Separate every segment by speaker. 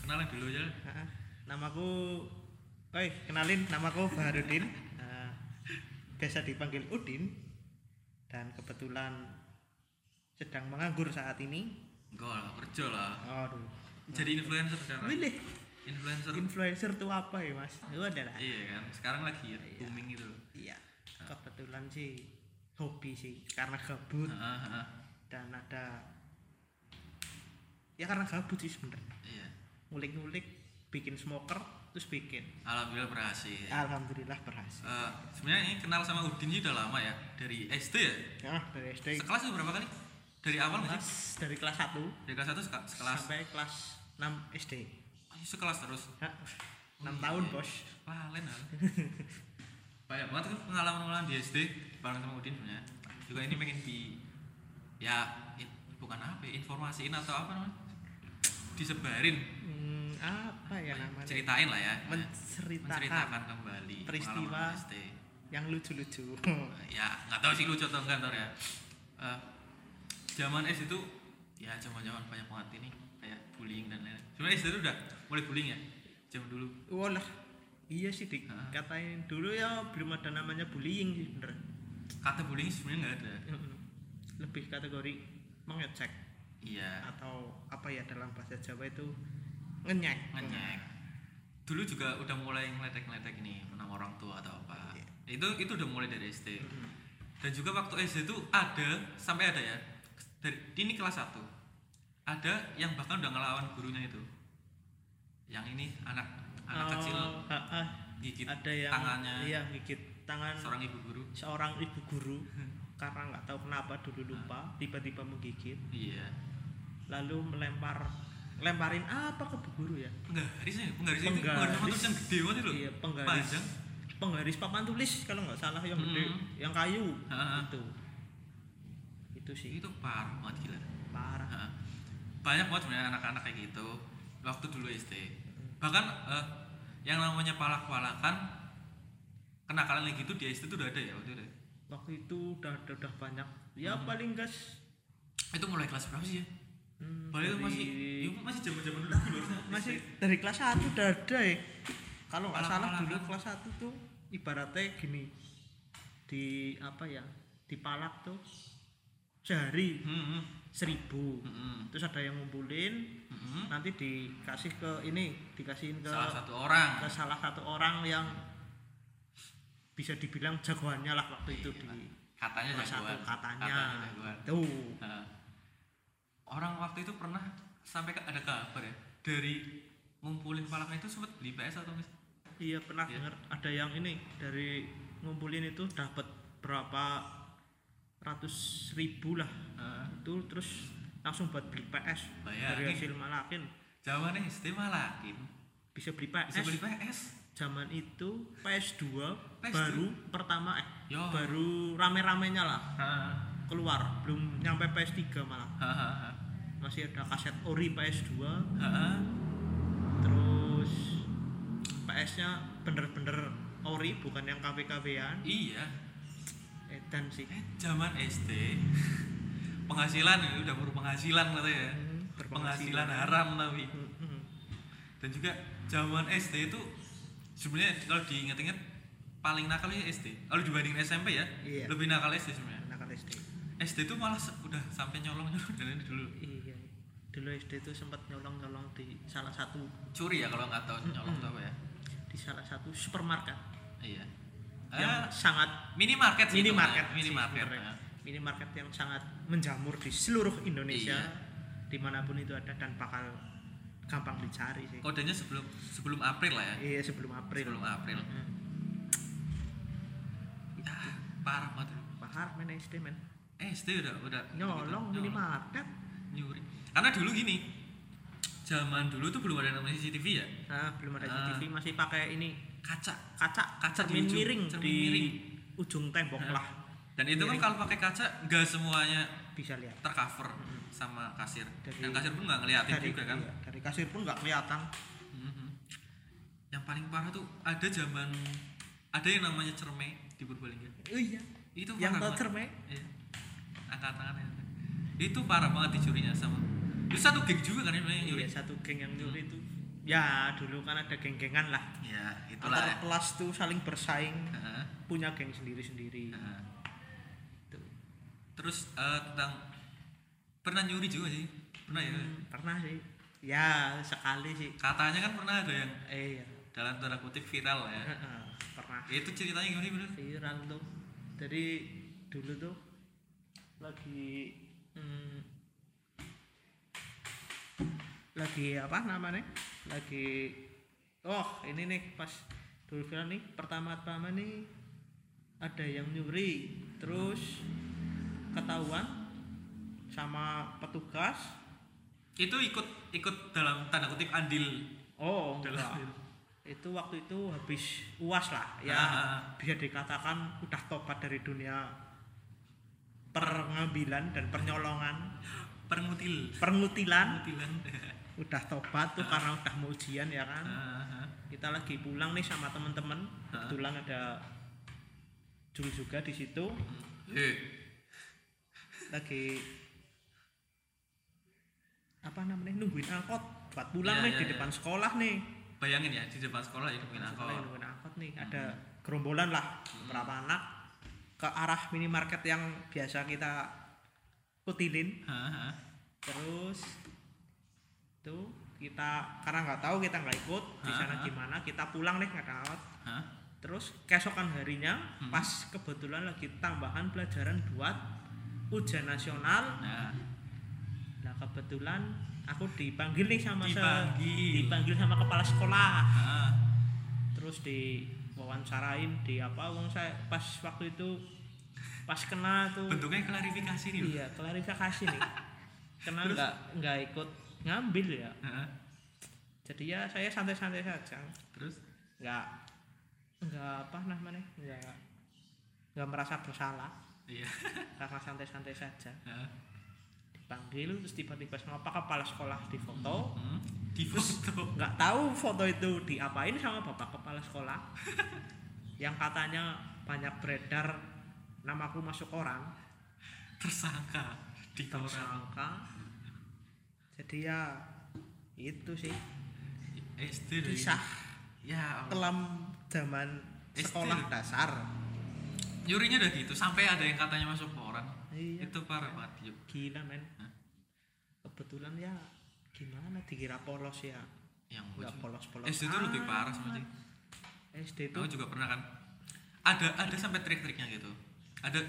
Speaker 1: perkenalan dulu ya.
Speaker 2: Heeh. Ah, Namaku Oi, kenalin namaku Baharudin. Eh, biasa dipanggil Udin dan kebetulan sedang menganggur saat ini.
Speaker 1: Enggak lah, kerja lah.
Speaker 2: Aduh.
Speaker 1: Jadi influencer sekarang.
Speaker 2: Milih
Speaker 1: Influencer.
Speaker 2: influencer tuh apa ya, Mas? Itu adalah
Speaker 1: Iya kan, sekarang lagi ya booming gitu.
Speaker 2: Iya. Kebetulan sih hobi sih karena gabut
Speaker 1: Heeh, heeh.
Speaker 2: dan ada ya karena gabut sih sebenarnya.
Speaker 1: Iya.
Speaker 2: Ngulik-ngulik bikin smoker terus bikin.
Speaker 1: Alhamdulillah berhasil.
Speaker 2: Alhamdulillah berhasil.
Speaker 1: Eh, sebenarnya ini kenal sama Udin ini udah lama ya dari SD ya
Speaker 2: Ya, dari SD
Speaker 1: sekelas itu berapa kali dari awal nggak sih
Speaker 2: kelas dari kelas 1
Speaker 1: dari kelas satu seka- sekelas
Speaker 2: sampai kelas 6 SD.
Speaker 1: Oh, iya, sekelas terus
Speaker 2: 6
Speaker 1: Oh, iya.
Speaker 2: tahun, Bos.
Speaker 1: wah lain hal banyak banget kan pengalaman-pengalaman di SD bareng sama Udin sebenarnya juga ini pengen di ya in- bukan apa ya, informasiin atau apa namanya disebarin
Speaker 2: Hmm, apa ya namanya?
Speaker 1: ceritain lah ya
Speaker 2: Menceritakan
Speaker 1: menceritakan kembali
Speaker 2: peristiwa.
Speaker 1: pengalaman SD
Speaker 2: yang lucu-lucu.
Speaker 1: ya nggak tahu sih lucu atau enggak ntar ya Eh, zaman S itu ya zaman zaman banyak banget ini kayak bullying dan lain-lain sebenarnya SD itu udah mulai bullying ya zaman dulu
Speaker 2: Walah. Oh, Iya sih
Speaker 1: Heeh.
Speaker 2: dikatain dulu ya belum ada namanya bullying sih bener.
Speaker 1: kata bullying sebenarnya nggak ada
Speaker 2: Mm-mm. Lebih kategori mengecek
Speaker 1: iya
Speaker 2: atau apa ya dalam bahasa Jawa itu ngenyek.
Speaker 1: ngenyek dulu juga udah mulai ngeletek-ngeletek ini nama orang tua atau apa
Speaker 2: Iya.
Speaker 1: itu itu udah mulai dari SD
Speaker 2: Mm-mm.
Speaker 1: dan juga waktu SD itu ada sampai ada ya dari ini kelas 1 ada yang bahkan udah ngelawan gurunya itu yang ini anak anak
Speaker 2: Oh,
Speaker 1: kecil
Speaker 2: heeh.
Speaker 1: gigit
Speaker 2: ada yang
Speaker 1: tangannya
Speaker 2: iya gigit tangan
Speaker 1: seorang ibu guru
Speaker 2: seorang ibu guru karena nggak tahu kenapa dulu
Speaker 1: Hmm.
Speaker 2: lupa tiba-tiba menggigit
Speaker 1: iya
Speaker 2: lalu melempar lemparin apa ke bu guru ya
Speaker 1: penggarisnya penggaris itu
Speaker 2: Penggaris.
Speaker 1: penggaris sama yang gede banget itu loh
Speaker 2: iya penggaris
Speaker 1: panjang
Speaker 2: penggaris papan tulis kalau nggak salah yang gede
Speaker 1: Hmm.
Speaker 2: yang kayu
Speaker 1: Ha-ha.
Speaker 2: itu itu sih
Speaker 1: itu parah banget gila
Speaker 2: parah
Speaker 1: Heeh. banyak banget sebenarnya anak-anak kayak gitu waktu dulu SD bahkan eh, yang namanya palak-palakan kenakalan kayak gitu di SD itu udah ada ya waktu itu
Speaker 2: waktu itu udah udah, udah banyak ya
Speaker 1: Hmm.
Speaker 2: paling gas
Speaker 1: itu mulai kelas berapa sih ya?
Speaker 2: hmm,
Speaker 1: Padahal itu
Speaker 2: dari-
Speaker 1: masih ya, masih zaman-zaman dulu dulu harusnya.
Speaker 2: masih dari kelas 1 udah ada ya kalau nggak salah
Speaker 1: Palak-palakan.
Speaker 2: dulu kelas 1 tuh ibaratnya gini di apa ya dipalak tuh sehari
Speaker 1: Hmm, hmm,
Speaker 2: seribu
Speaker 1: hmm, hmm,
Speaker 2: terus ada yang ngumpulin
Speaker 1: hmm, hmm.
Speaker 2: nanti dikasih ke ini dikasihin ke
Speaker 1: salah satu orang
Speaker 2: ke salah satu orang yang bisa dibilang jagoannya lah waktu itu
Speaker 1: Iya.
Speaker 2: di
Speaker 1: katanya
Speaker 2: kelas satu
Speaker 1: jagoan
Speaker 2: katanya,
Speaker 1: jagoan
Speaker 2: tuh
Speaker 1: Nah, orang waktu itu pernah sampai ke- ada kabar ya dari ngumpulin palaknya itu sempat beli PS atau mis-
Speaker 2: iya pernah
Speaker 1: Iya.
Speaker 2: denger ada yang ini dari ngumpulin itu dapat berapa ratus ribu lah
Speaker 1: Eh,
Speaker 2: itu terus langsung buat beli PS dari
Speaker 1: bayangin
Speaker 2: hasil malakin
Speaker 1: zaman SD malakin
Speaker 2: bisa beli PS
Speaker 1: bisa beli PS
Speaker 2: zaman itu PS2,
Speaker 1: PS2.
Speaker 2: baru pertama eh
Speaker 1: Yo.
Speaker 2: baru rame-ramenya lah
Speaker 1: Hahaha.
Speaker 2: keluar belum nyampe PS3 malah masih ada kaset ori PS2
Speaker 1: Hahaha.
Speaker 2: terus PS-nya bener-bener ori bukan yang KW-KW-an
Speaker 1: iya
Speaker 2: edan sih
Speaker 1: eh, zaman SD penghasilan ya, udah baru penghasilan katanya ya
Speaker 2: Hmm,
Speaker 1: penghasilan
Speaker 2: berpenghasilan. Hmm,
Speaker 1: haram tapi
Speaker 2: Mm-mm.
Speaker 1: dan juga zaman SD itu sebenarnya kalau diinget-inget paling nakal itu SD kalau dibandingin SMP ya
Speaker 2: Iya.
Speaker 1: lebih nakal SD sebenarnya
Speaker 2: anak SD
Speaker 1: SD itu malah se- udah sampai nyolong nyolong dan lain dulu
Speaker 2: iya dulu SD itu sempat nyolong-nyolong di salah satu
Speaker 1: curi ya kalau nggak tahu nyolong
Speaker 2: Hmm.
Speaker 1: itu apa ya
Speaker 2: di salah satu supermarket
Speaker 1: iya Ah,
Speaker 2: yang sangat
Speaker 1: minimarket sih
Speaker 2: minimarket
Speaker 1: hitungannya. minimarket
Speaker 2: sih
Speaker 1: ya.
Speaker 2: sebenarnya. minimarket yang sangat menjamur di seluruh Indonesia
Speaker 1: Iya.
Speaker 2: dimanapun itu ada dan bakal gampang dicari sih
Speaker 1: kodenya sebelum sebelum April lah ya
Speaker 2: iya sebelum April
Speaker 1: sebelum April
Speaker 2: Mm.
Speaker 1: Ah, parah banget dulu. Eh,
Speaker 2: Bahar men SD men
Speaker 1: SD udah udah
Speaker 2: nyolong
Speaker 1: gitu,
Speaker 2: minimarket
Speaker 1: nyuri karena dulu gini zaman dulu tuh belum ada namanya CCTV ya
Speaker 2: nah belum ada
Speaker 1: Ah.
Speaker 2: CCTV masih pakai ini
Speaker 1: kaca
Speaker 2: kaca
Speaker 1: Kaca di
Speaker 2: cermin
Speaker 1: ujung-
Speaker 2: miring
Speaker 1: cermin
Speaker 2: di
Speaker 1: miring.
Speaker 2: ujung tembok
Speaker 1: Nah.
Speaker 2: lah
Speaker 1: dan itu kan
Speaker 2: Miring.
Speaker 1: kalau pakai kaca nggak semuanya
Speaker 2: bisa lihat
Speaker 1: tercover sama kasir
Speaker 2: Dari-
Speaker 1: dan kasir pun nggak ngeliatin juga kan
Speaker 2: iya, dari kasir pun nggak kelihatan
Speaker 1: Mhm. yang paling parah tuh ada zaman ada yang namanya cerme di Purbalingga
Speaker 2: iya
Speaker 1: Oh itu
Speaker 2: yang
Speaker 1: parah
Speaker 2: tahu
Speaker 1: banget.
Speaker 2: cerme
Speaker 1: Iya. angkat tangannya itu parah banget dicurinya sama itu satu geng juga kan yang yang nyuri
Speaker 2: iya satu geng yang nyuri itu ya dulu kan ada geng-gengan lah
Speaker 1: ya itulah
Speaker 2: antar kelas tuh saling bersaing
Speaker 1: Heeh,
Speaker 2: punya geng sendiri-sendiri
Speaker 1: heeh. Tuh. terus eh, tentang pernah nyuri juga sih pernah ya
Speaker 2: Hmm, pernah sih ya sekali sih
Speaker 1: katanya kan pernah ada yang
Speaker 2: eh ya.
Speaker 1: dalam tanda kutip viral ya
Speaker 2: Heeh, pernah
Speaker 1: itu ceritanya gimana sih, bener
Speaker 2: viral tuh jadi dulu tuh lagi hmm, lagi apa namanya lagi oh ini nih pas dulu viral nih pertama-tama nih ada yang nyuri terus ketahuan sama petugas
Speaker 1: itu ikut ikut dalam tanda kutip andil
Speaker 2: oh
Speaker 1: dalam
Speaker 2: enggak. itu waktu itu habis uas lah ya
Speaker 1: Ah.
Speaker 2: bisa dikatakan udah tobat dari dunia pengambilan dan pernyolongan
Speaker 1: permutil
Speaker 2: pengutilan
Speaker 1: permutilan
Speaker 2: udah
Speaker 1: Ah.
Speaker 2: tobat tuh karena udah mau ujian ya kan
Speaker 1: Heeh.
Speaker 2: kita lagi pulang nih sama temen-temen
Speaker 1: Ah.
Speaker 2: kebetulan ada Jul juga di situ
Speaker 1: eh
Speaker 2: lagi apa namanya nungguin angkot buat
Speaker 1: Iya,
Speaker 2: pulang nih
Speaker 1: iya,
Speaker 2: di
Speaker 1: iya.
Speaker 2: depan sekolah nih
Speaker 1: bayangin ya di depan sekolah ya. itu
Speaker 2: Depan
Speaker 1: mungkin
Speaker 2: sekolah yang
Speaker 1: angkot
Speaker 2: nungguin angkot nih ada
Speaker 1: Hmm.
Speaker 2: gerombolan lah beberapa anak ke arah minimarket yang biasa kita kutilin
Speaker 1: Heeh.
Speaker 2: terus tuh kita karena nggak tahu kita nggak ikut di sana
Speaker 1: Ah.
Speaker 2: gimana kita pulang deh nggak tahu
Speaker 1: Hah?
Speaker 2: terus keesokan harinya
Speaker 1: Hmm.
Speaker 2: pas kebetulan lagi tambahan pelajaran buat ujian nasional
Speaker 1: nah
Speaker 2: nah kebetulan aku dipanggil nih sama se-
Speaker 1: Dipanggil.
Speaker 2: dipanggil sama kepala sekolah
Speaker 1: Heeh.
Speaker 2: terus di wawancarain di apa wong saya pas waktu itu pas kena tuh
Speaker 1: bentuknya klarifikasi nih
Speaker 2: iya klarifikasi nih kena
Speaker 1: Terus?
Speaker 2: nggak nggak ikut ngambil ya
Speaker 1: Heeh.
Speaker 2: jadi ya saya santai-santai saja
Speaker 1: terus
Speaker 2: nggak nggak apa namanya nggak nggak merasa bersalah
Speaker 1: iya
Speaker 2: karena santai-santai saja
Speaker 1: Heeh.
Speaker 2: dipanggil terus tiba-tiba sama pak kepala sekolah di foto
Speaker 1: Hmm. di foto
Speaker 2: nggak tahu foto itu diapain sama bapak kepala sekolah yang katanya banyak beredar namaku masuk orang
Speaker 1: tersangka di koran
Speaker 2: tersangka jadi ya itu sih
Speaker 1: SD dari-
Speaker 2: Kisah.
Speaker 1: ya Allah.
Speaker 2: kelam zaman
Speaker 1: SD.
Speaker 2: sekolah dasar
Speaker 1: nyurinya udah gitu sampai ada yang katanya masuk koran
Speaker 2: iya
Speaker 1: itu parah banget yuk
Speaker 2: gila men
Speaker 1: Hah?
Speaker 2: kebetulan ya gimana dikira polos ya
Speaker 1: yang
Speaker 2: nggak Ah.
Speaker 1: lucu
Speaker 2: polos polos
Speaker 1: SD itu lebih parah sebenarnya
Speaker 2: SD itu
Speaker 1: Aku juga pernah kan. Ada ada sampai trik-triknya gitu. Ada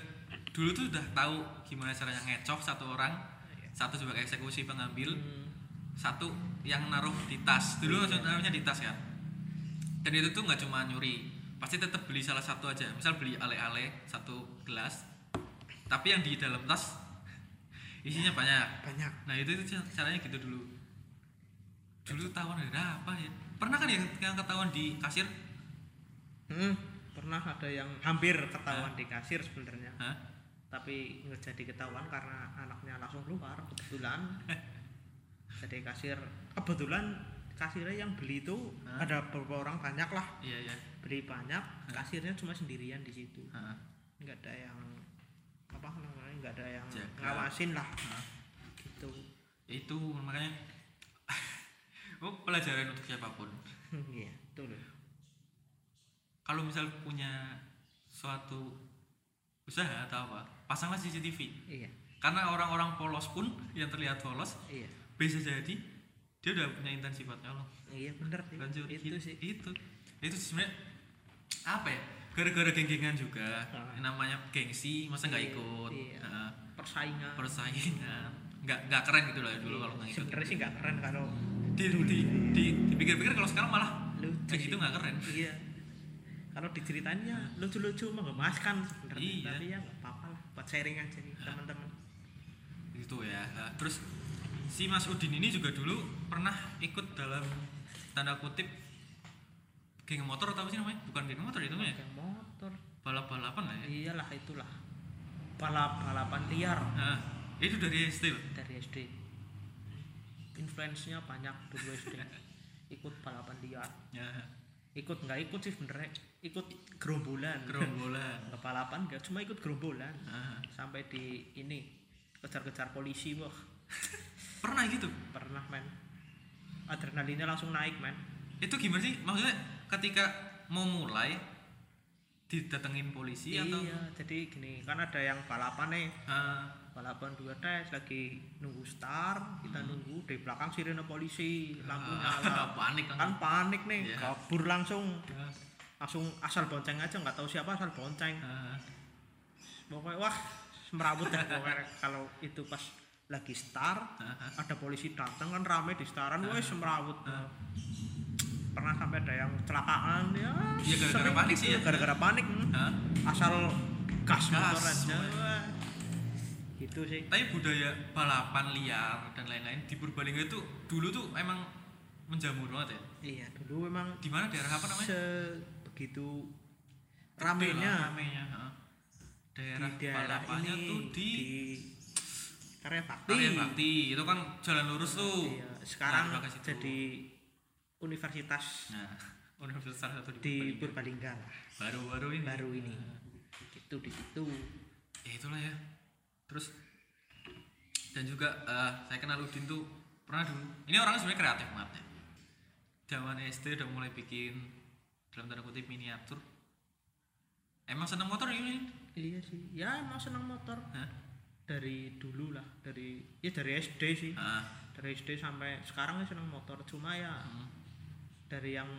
Speaker 1: dulu tuh udah tahu gimana caranya ngecoh satu orang,
Speaker 2: Iya.
Speaker 1: satu sebagai eksekusi pengambil,
Speaker 2: hmm,
Speaker 1: satu yang naruh di tas. Dulu langsung naruhnya di tas kan. Dan itu tuh nggak cuma nyuri, pasti tetap beli salah satu aja. Misal beli ale-ale satu gelas, tapi yang di dalam tas isinya banyak.
Speaker 2: banyak
Speaker 1: Nah itu, itu caranya gitu dulu. Dulu ketahuan ada apa ya? Pernah kan yang, yang ketahuan di kasir?
Speaker 2: Hmm, pernah ada yang hampir ketahuan di kasir sebenarnya
Speaker 1: Hah?
Speaker 2: tapi nggak jadi ketahuan karena anaknya langsung keluar kebetulan jadi kasir kebetulan kasirnya yang beli itu
Speaker 1: Hah?
Speaker 2: ada beberapa orang banyak lah
Speaker 1: Iya iya.
Speaker 2: beli banyak kasirnya cuma sendirian di situ
Speaker 1: Heeh.
Speaker 2: nggak ada yang apa namanya nggak ada yang
Speaker 1: Jaga.
Speaker 2: ngawasin lah
Speaker 1: Heeh.
Speaker 2: gitu
Speaker 1: Ya itu makanya oh, pelajaran untuk siapapun
Speaker 2: iya betul
Speaker 1: kalau misal punya suatu usaha atau apa pasanglah CCTV
Speaker 2: iya
Speaker 1: karena orang-orang polos pun yang terlihat polos
Speaker 2: iya
Speaker 1: bisa jadi dia udah punya intan sifatnya Allah
Speaker 2: iya bener sih
Speaker 1: lanjut
Speaker 2: itu sih
Speaker 1: itu itu sebenarnya apa ya gara-gara geng-gengan juga
Speaker 2: Ah.
Speaker 1: yang namanya gengsi masa nggak
Speaker 2: Iya,
Speaker 1: ikut
Speaker 2: iya.
Speaker 1: Nah,
Speaker 2: persaingan
Speaker 1: persaingan nggak nggak keren gitu lah dulu
Speaker 2: Iya.
Speaker 1: kalau nggak ikut
Speaker 2: sebenarnya sih nggak keren kalau
Speaker 1: di di di dipikir-pikir kalau sekarang malah
Speaker 2: lucu
Speaker 1: kayak gitu
Speaker 2: sih.
Speaker 1: nggak keren
Speaker 2: iya kalau diceritanya lucu-lucu mengemaskan sebenarnya
Speaker 1: Iya.
Speaker 2: tapi ya nggak apa-apa lah buat sharing aja nih teman-teman
Speaker 1: gitu ya Nah, terus si Mas Udin ini juga dulu pernah ikut dalam tanda kutip geng motor atau apa sih namanya bukan geng motor ya, itu namanya
Speaker 2: yang motor
Speaker 1: balap balapan lah ya
Speaker 2: iyalah itulah balap balapan liar
Speaker 1: nah, itu dari SD loh
Speaker 2: dari SD influence-nya banyak dulu SD ikut balapan liar
Speaker 1: ya
Speaker 2: ikut nggak ikut sih sebenarnya ikut gerombolan
Speaker 1: gerombolan
Speaker 2: nggak balapan nggak cuma ikut gerombolan
Speaker 1: Nah,
Speaker 2: sampai di ini kejar-kejar polisi wah
Speaker 1: pernah gitu
Speaker 2: pernah men adrenalinnya langsung naik men
Speaker 1: itu gimana sih maksudnya ketika mau mulai didatengin polisi atau
Speaker 2: Iya, jadi gini kan ada yang balapan nih
Speaker 1: Ah,
Speaker 2: balapan dua tes lagi nunggu star kita nunggu di belakang sirene polisi lampu
Speaker 1: Hmm. ah,
Speaker 2: nyala
Speaker 1: panik
Speaker 2: kan
Speaker 1: kan
Speaker 2: panik nih
Speaker 1: Iya.
Speaker 2: kabur langsung langsung asal bonceng aja nggak tahu siapa asal bonceng
Speaker 1: Ah,
Speaker 2: pokoknya wah merawut dah pokoknya kalau itu pas lagi star ada polisi datang kan rame di staran wes merawut
Speaker 1: ah.
Speaker 2: pernah sampai ada yang kecelakaan ya
Speaker 1: Iya, gara-gara
Speaker 2: sering
Speaker 1: panik
Speaker 2: gitu,
Speaker 1: sih ya.
Speaker 2: gara-gara panik hmm.
Speaker 1: Ah.
Speaker 2: asal gas
Speaker 1: Gas,
Speaker 2: motor aja
Speaker 1: semuanya.
Speaker 2: wah. gitu sih
Speaker 1: tapi budaya balapan liar dan lain-lain di Purbalingga itu dulu tuh emang menjamur banget ya
Speaker 2: iya dulu memang
Speaker 1: di mana daerah apa namanya
Speaker 2: begitu
Speaker 1: Betul lah,
Speaker 2: ramenya
Speaker 1: ramenya ha. daerah,
Speaker 2: di daerah
Speaker 1: balapannya
Speaker 2: ini
Speaker 1: tuh di,
Speaker 2: karya bakti,
Speaker 1: Karya Bakti itu kan jalan lurus tuh
Speaker 2: Iya,
Speaker 1: Nah, di
Speaker 2: sekarang
Speaker 1: bagas itu.
Speaker 2: jadi universitas
Speaker 1: nah universitas salah satu
Speaker 2: di
Speaker 1: di Purbalingga Iya.
Speaker 2: Purbalingga lah
Speaker 1: baru-baru ini
Speaker 2: baru ini itu di situ
Speaker 1: ya itulah ya terus dan juga eh, saya kenal Udin tuh pernah dulu ini orang sebenarnya kreatif banget ya zaman SD udah mulai bikin dalam tanda kutip miniatur emang seneng motor ini
Speaker 2: iya sih ya emang senang motor
Speaker 1: Hah?
Speaker 2: dari dulu lah dari ya dari SD sih
Speaker 1: Ah,
Speaker 2: dari SD sampai sekarang ya senang motor cuma ya
Speaker 1: hmm.
Speaker 2: dari yang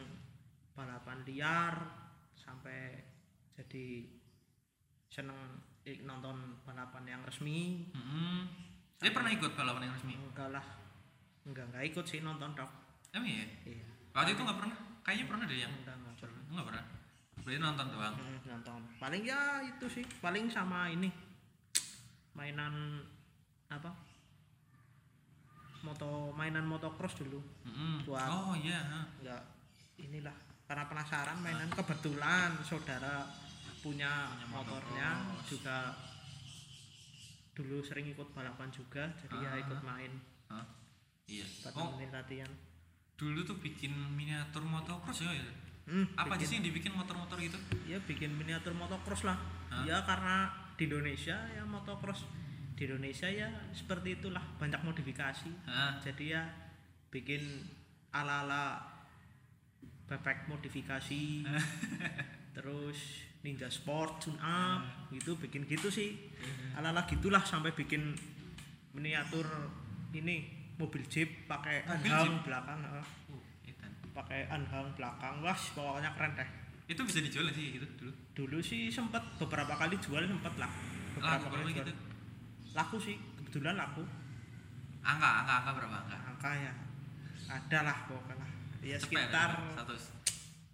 Speaker 2: balapan liar sampai jadi seneng eh, nonton balapan yang resmi
Speaker 1: Hmm. Dia pernah ikut balapan yang resmi
Speaker 2: enggak lah enggak enggak ikut sih nonton dok
Speaker 1: emang ya
Speaker 2: iya
Speaker 1: waktu itu nggak pernah kayaknya pernah deh yang
Speaker 2: enggak enggak pernah.
Speaker 1: nggak pernah berarti nonton doang
Speaker 2: Mm, nonton paling ya itu sih paling sama ini mainan apa moto mainan motocross dulu
Speaker 1: Mm-mm.
Speaker 2: Wah.
Speaker 1: oh iya ha.
Speaker 2: enggak Ya, inilah karena penasaran mainan kebetulan saudara punya,
Speaker 1: Punya
Speaker 2: motornya
Speaker 1: motocross.
Speaker 2: juga dulu sering ikut balapan juga jadi ya
Speaker 1: Ah.
Speaker 2: ikut main
Speaker 1: Hah? iya
Speaker 2: buat
Speaker 1: oh
Speaker 2: nemenin latihan
Speaker 1: dulu tuh bikin miniatur motocross ya, ya?
Speaker 2: Hmm,
Speaker 1: apa aja
Speaker 2: bikin-
Speaker 1: sih yang dibikin motor-motor gitu
Speaker 2: ya bikin miniatur motocross lah
Speaker 1: Hah?
Speaker 2: ya karena di Indonesia ya motocross di Indonesia ya seperti itulah banyak modifikasi
Speaker 1: Hah?
Speaker 2: jadi ya bikin ala-ala bebek modifikasi terus ninja sport tune
Speaker 1: Hmm.
Speaker 2: up gitu bikin gitu sih ala-ala gitulah sampai bikin miniatur ini mobil jeep pakai
Speaker 1: Mobil
Speaker 2: anhang belakang eh,
Speaker 1: Uh, Ethan.
Speaker 2: pakai anhang belakang wah pokoknya keren deh
Speaker 1: itu bisa dijual nggak sih gitu dulu
Speaker 2: dulu sih sempet beberapa kali jual sempet lah beberapa
Speaker 1: laku berapa gitu
Speaker 2: laku sih kebetulan laku
Speaker 1: angka angka angka berapa angka
Speaker 2: angka ya ada lah pokoknya lah ya
Speaker 1: Cepet
Speaker 2: sekitar
Speaker 1: ya, satu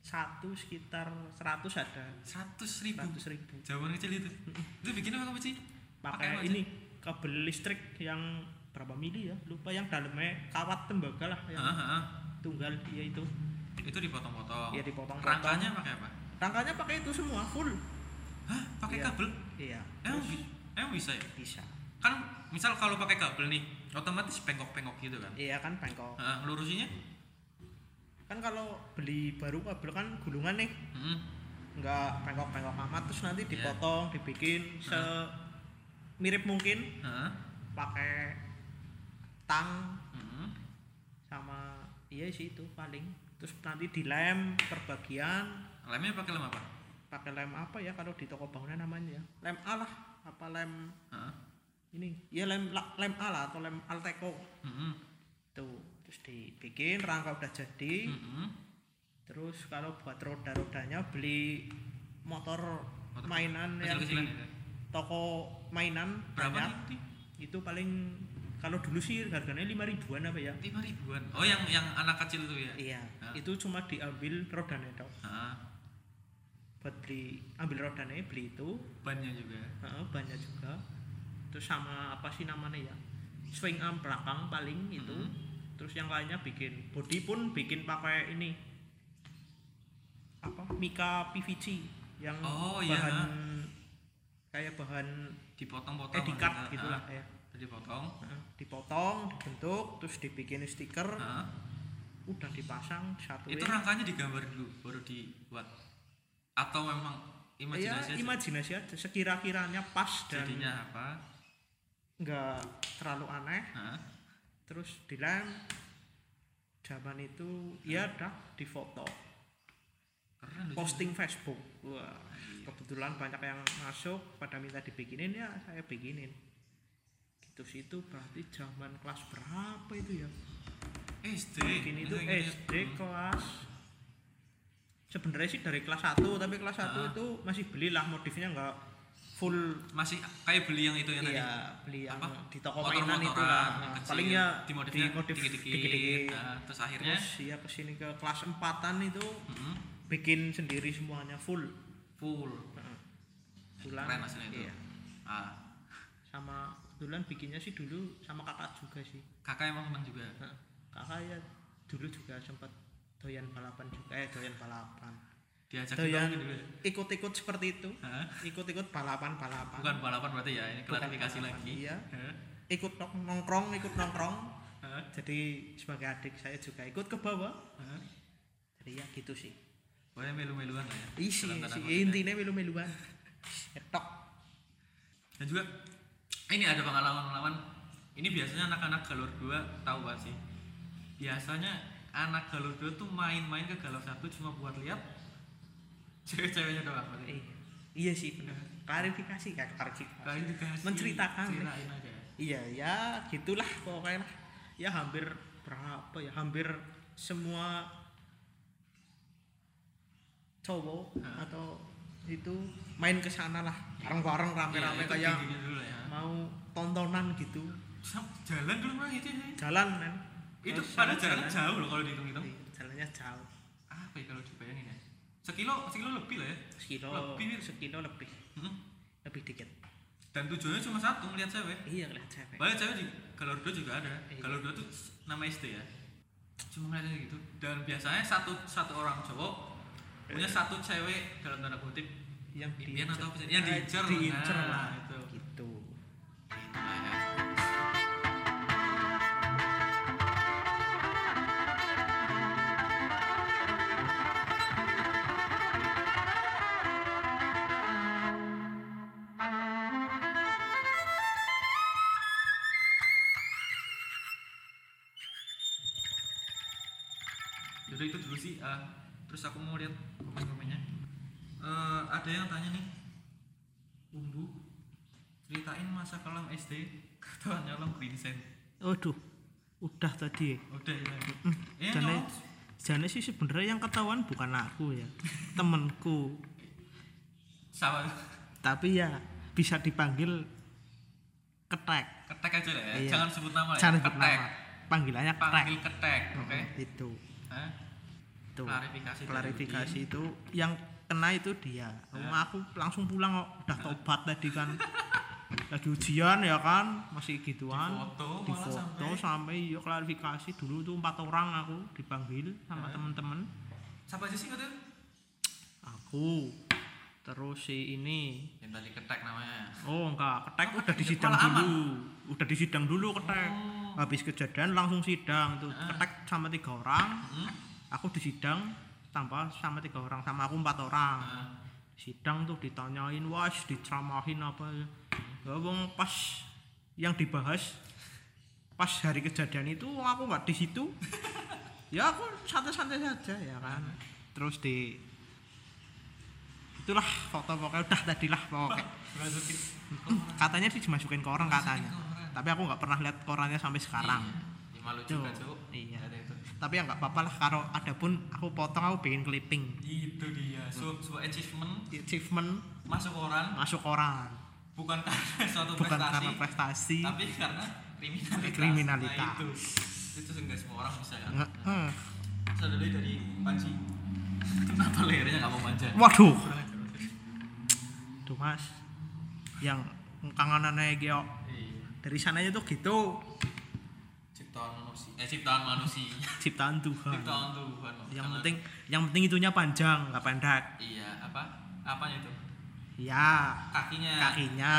Speaker 2: satu sekitar 100 ada
Speaker 1: seratus ribu
Speaker 2: 100 ribu
Speaker 1: jawaban kecil itu itu bikin apa sih Pakai apa
Speaker 2: pakai
Speaker 1: aja?
Speaker 2: ini kabel listrik yang berapa mili ya lupa yang dalamnya kawat tembaga lah yang
Speaker 1: Hah, hah, hah.
Speaker 2: tunggal ya itu
Speaker 1: itu dipotong-potong
Speaker 2: Iya,
Speaker 1: Oh.
Speaker 2: dipotong-potong.
Speaker 1: rangkanya pakai apa
Speaker 2: rangkanya pakai itu semua full
Speaker 1: hah pakai
Speaker 2: Iya.
Speaker 1: kabel
Speaker 2: iya
Speaker 1: emang
Speaker 2: terus
Speaker 1: bi- emang bisa ya
Speaker 2: bisa
Speaker 1: kan misal kalau pakai kabel nih otomatis pengok-pengok gitu kan
Speaker 2: iya kan bengkok
Speaker 1: Heeh, lurusinya
Speaker 2: kan kalau beli baru kabel kan gulungan nih
Speaker 1: Heeh.
Speaker 2: nggak pengkok-pengkok amat terus nanti
Speaker 1: Iya.
Speaker 2: dipotong dibikin se mirip mungkin
Speaker 1: Heeh.
Speaker 2: pakai tang
Speaker 1: Heeh.
Speaker 2: sama iya sih itu paling terus nanti dilem per bagian
Speaker 1: lemnya pakai lem apa
Speaker 2: pakai lem apa ya kalau di toko bangunan namanya ya? lem A lah apa lem
Speaker 1: Heeh.
Speaker 2: ini ya lem la- lem A lah atau lem Alteco
Speaker 1: Heeh.
Speaker 2: tuh terus dibikin rangka udah jadi
Speaker 1: Heeh.
Speaker 2: terus kalau buat roda-rodanya beli motor,
Speaker 1: Motor
Speaker 2: mainan yang
Speaker 1: kecil-kecilan
Speaker 2: di
Speaker 1: ya.
Speaker 2: toko mainan
Speaker 1: berapa
Speaker 2: banyak.
Speaker 1: nih
Speaker 2: itu paling kalau dulu sih harganya lima ribuan apa ya
Speaker 1: lima ribuan oh yang yang anak kecil itu ya
Speaker 2: iya
Speaker 1: Hah?
Speaker 2: itu cuma diambil rodanya dong
Speaker 1: Heeh.
Speaker 2: buat beli ambil rodanya beli itu
Speaker 1: bannya juga
Speaker 2: Heeh, banyak juga terus sama apa sih namanya ya swing arm belakang paling itu
Speaker 1: Mhm.
Speaker 2: terus yang lainnya bikin body pun bikin pakai ini apa mika PVC yang
Speaker 1: Oh, iya.
Speaker 2: bahan kayak bahan
Speaker 1: dipotong-potong
Speaker 2: edikat
Speaker 1: maksudnya.
Speaker 2: gitu lah
Speaker 1: Heeh.
Speaker 2: ya.
Speaker 1: dipotong
Speaker 2: Heeh, dipotong dibentuk terus dibikin stiker
Speaker 1: Heeh.
Speaker 2: udah dipasang satu
Speaker 1: itu rangkanya digambar dulu baru dibuat atau memang imajinasi
Speaker 2: ya,
Speaker 1: aja
Speaker 2: imajinasi aja sekira-kiranya pas dan
Speaker 1: jadinya apa
Speaker 2: nggak terlalu aneh
Speaker 1: Heeh.
Speaker 2: terus dilem zaman itu ya dah difoto
Speaker 1: keren loh
Speaker 2: posting Facebook wah
Speaker 1: Iya.
Speaker 2: kebetulan banyak yang masuk pada minta dibikinin ya saya bikinin gitu sih itu berarti zaman kelas berapa itu ya
Speaker 1: Eh, SD
Speaker 2: bikin itu
Speaker 1: Ingat-ingat ya.
Speaker 2: SD kelas sebenarnya sih dari kelas 1 tapi kelas 1
Speaker 1: Ah.
Speaker 2: itu masih belilah modifnya nggak full
Speaker 1: masih kayak beli yang itu yang
Speaker 2: Iya,
Speaker 1: tadi
Speaker 2: beli yang
Speaker 1: Apa?
Speaker 2: di toko mainan
Speaker 1: motor-motoran
Speaker 2: itu lah.
Speaker 1: yang kecil,
Speaker 2: Paling ya
Speaker 1: dimodifnya
Speaker 2: dimodif
Speaker 1: dikit-dikit
Speaker 2: dikit-dikit.
Speaker 1: Nah, terus akhirnya
Speaker 2: Terus ya kesini ke kelas empatan itu
Speaker 1: mm,
Speaker 2: bikin sendiri semuanya full.
Speaker 1: full
Speaker 2: Heeh. Kebetulan,
Speaker 1: keren hasilnya itu
Speaker 2: iya.
Speaker 1: ah,
Speaker 2: Sama kebetulan bikinnya sih dulu sama kakak juga sih.
Speaker 1: kakak emang emang juga
Speaker 2: Heeh. Kakak ya dulu juga sempat doyan balapan juga eh doyan balapan.
Speaker 1: diajak
Speaker 2: Doyan
Speaker 1: gitu dulu
Speaker 2: ikut-ikut seperti itu.
Speaker 1: Hah?
Speaker 2: Ikut-ikut balapan-balapan.
Speaker 1: bukan balapan berarti ya ini klarifikasi
Speaker 2: balapan,
Speaker 1: lagi
Speaker 2: iya.
Speaker 1: Hah?
Speaker 2: Ikut nong- nongkrong, ikut nongkrong.
Speaker 1: Hah?
Speaker 2: Jadi sebagai adik saya juga ikut ke bawah.
Speaker 1: Hah?
Speaker 2: Jadi ya gitu sih.
Speaker 1: pokoknya melu-meluan lah ya
Speaker 2: Isi,
Speaker 1: dalam tanda
Speaker 2: isi.
Speaker 1: kutip ya.
Speaker 2: intinya melu-meluan. Etok.
Speaker 1: dan juga ini ada pengalaman-pengalaman ini biasanya anak-anak galur 2 tahu gak sih biasanya anak galur 2 tuh main-main ke galur 1 cuma buat lihat cewek-ceweknya doang berarti.
Speaker 2: Iya. Iya sih benar. Klarifikasi kan klarifikasi.
Speaker 1: Kalian juga sih,
Speaker 2: Menceritakan.
Speaker 1: ceritain aja
Speaker 2: Iya ya gitulah pokoknya lah. Ya hampir berapa ya hampir semua cowok
Speaker 1: Hah?
Speaker 2: atau itu main ke sana lah bareng-bareng
Speaker 1: Iya,
Speaker 2: rame-rame
Speaker 1: itu
Speaker 2: kayak
Speaker 1: gini-gini dulu ya
Speaker 2: mau tontonan gitu
Speaker 1: Sam- jalan dulu mah itu ya.
Speaker 2: jalan men
Speaker 1: itu
Speaker 2: Terus
Speaker 1: pada jalan
Speaker 2: jalan-
Speaker 1: jauh loh kalau dihitung-hitung
Speaker 2: Iya, jalannya jauh
Speaker 1: apa ya kalau dibayangin ya sekilo sekilo lebih lah ya
Speaker 2: sekilo
Speaker 1: Lebih, Mir.
Speaker 2: sekilo lebih
Speaker 1: Mm-mm.
Speaker 2: lebih dikit
Speaker 1: dan tujuannya cuma satu melihat cewek
Speaker 2: iya ngeliat cewek
Speaker 1: Banyak cewek di Galur 2 juga ada.
Speaker 2: Iya.
Speaker 1: Galur 2 tuh nama SD ya. Cuma ada gitu. Dan biasanya satu satu orang cowok punya satu cewek dalam tanda kutip
Speaker 2: yang
Speaker 1: impian
Speaker 2: diincer.
Speaker 1: atau apa sih? yang
Speaker 2: Eh,
Speaker 1: diincer.
Speaker 2: diincer
Speaker 1: Nah,
Speaker 2: lah
Speaker 1: itu.
Speaker 2: gitu
Speaker 1: Nah, ya. Yaudah itu dulu sih. eh, terus aku mau lihat komen-komennya. Eh, ada yang tanya nih. Umbu ceritain masa kelam SD ketahuan nyolong Greensen.
Speaker 2: waduh udah tadi ya
Speaker 1: Udah ya. Ya
Speaker 2: Jane-
Speaker 1: nyolong.
Speaker 2: Jane sih sebenarnya yang ketahuan bukan aku ya temenku
Speaker 1: Sama
Speaker 2: tapi ya bisa dipanggil ketek
Speaker 1: ketek aja lah ya.
Speaker 2: Iya.
Speaker 1: Jangan sebut nama ya.
Speaker 2: jangan sebut
Speaker 1: ketek.
Speaker 2: nama. panggilannya ketek Hmm.
Speaker 1: Panggil ketek, oke.
Speaker 2: itu
Speaker 1: Hah?
Speaker 2: itu
Speaker 1: Klarifikasi.
Speaker 2: klarifikasi itu yang kena itu dia Wong
Speaker 1: Ya.
Speaker 2: aku langsung pulang kok udah tobat tadi kan lagi ujian ya kan masih gituan
Speaker 1: Foto Oh,
Speaker 2: di
Speaker 1: malah
Speaker 2: foto
Speaker 1: sampai
Speaker 2: sampai yo klarifikasi dulu tuh empat orang aku dipanggil sama temen-temen
Speaker 1: siapa aja sih itu?
Speaker 2: aku terus si ini
Speaker 1: Yang tadi ketek namanya.
Speaker 2: oh enggak ketek
Speaker 1: Oh,
Speaker 2: udah di
Speaker 1: ketek
Speaker 2: sidang
Speaker 1: malah aman.
Speaker 2: dulu udah di sidang dulu
Speaker 1: Oh.
Speaker 2: ketek
Speaker 1: Eh.
Speaker 2: habis kejadian langsung sidang tuh ketek sama tiga orang
Speaker 1: Hmm?
Speaker 2: aku di sidang tanpa sama tiga orang sama aku empat orang
Speaker 1: Ah.
Speaker 2: sidang tuh ditanyain was diceramahin apa ya wong pas yang dibahas pas hari kejadian itu wong aku nggak di situ ya aku santai-santai saja ya kan
Speaker 1: Hmm.
Speaker 2: terus di itulah foto pokoknya udah tadi lah pokoknya
Speaker 1: Masukin.
Speaker 2: katanya sih dimasukin ke orang katanya
Speaker 1: ke orang.
Speaker 2: tapi aku nggak pernah lihat korannya sampai sekarang
Speaker 1: Iya. Ya, malu
Speaker 2: Tuh.
Speaker 1: juga, Cuk.
Speaker 2: Iya.
Speaker 1: Ada itu.
Speaker 2: tapi ya nggak apa-apa lah kalau ada pun aku potong aku bikin clipping
Speaker 1: Itu Gitu dia. So, sebuah achievement
Speaker 2: achievement
Speaker 1: masuk koran
Speaker 2: masuk koran
Speaker 1: bukan karena suatu
Speaker 2: bukan
Speaker 1: prestasi,
Speaker 2: karena prestasi
Speaker 1: tapi karena kriminalitas.
Speaker 2: Kriminalitas.
Speaker 1: Nah, itu itu enggak semua orang bisa kan.
Speaker 2: Nge- eh.
Speaker 1: Saudari dari Panji. Kenapa lehernya nggak mau manja?
Speaker 2: waduh tuh mas yang kangenannya Geo
Speaker 1: Iya.
Speaker 2: dari sananya tuh gitu
Speaker 1: Ciptaan manusia. Eh ciptaan manusia.
Speaker 2: ciptaan Tuhan
Speaker 1: ciptaan Tuhan.
Speaker 2: yang
Speaker 1: Jangan-
Speaker 2: penting yang penting itunya panjang nggak pendek
Speaker 1: Iya apa? Apanya itu?
Speaker 2: ya
Speaker 1: Kakinya.
Speaker 2: Kakinya.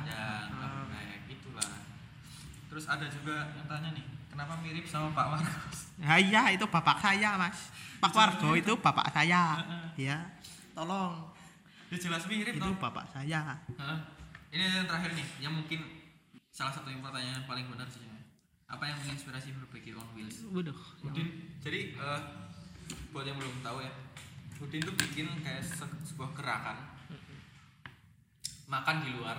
Speaker 1: panjang.
Speaker 2: Ah.
Speaker 1: Kayak gitulah. Terus ada juga yang tanya nih, kenapa mirip sama Pak Markus?
Speaker 2: ya iya, itu bapak saya mas Pak Wargo itu bapak saya
Speaker 1: Iya. Heeh.
Speaker 2: ya tolong
Speaker 1: Ya jelas mirip
Speaker 2: itu
Speaker 1: dong.
Speaker 2: bapak saya
Speaker 1: Hah? Ini yang terakhir nih, yang mungkin salah satu yang pertanyaan yang paling benar sih. ya. apa yang menginspirasi perbaiki on wheels
Speaker 2: waduh
Speaker 1: Udin jadi eh, buat yang belum tahu ya Udin tuh bikin kayak se- sebuah gerakan makan di luar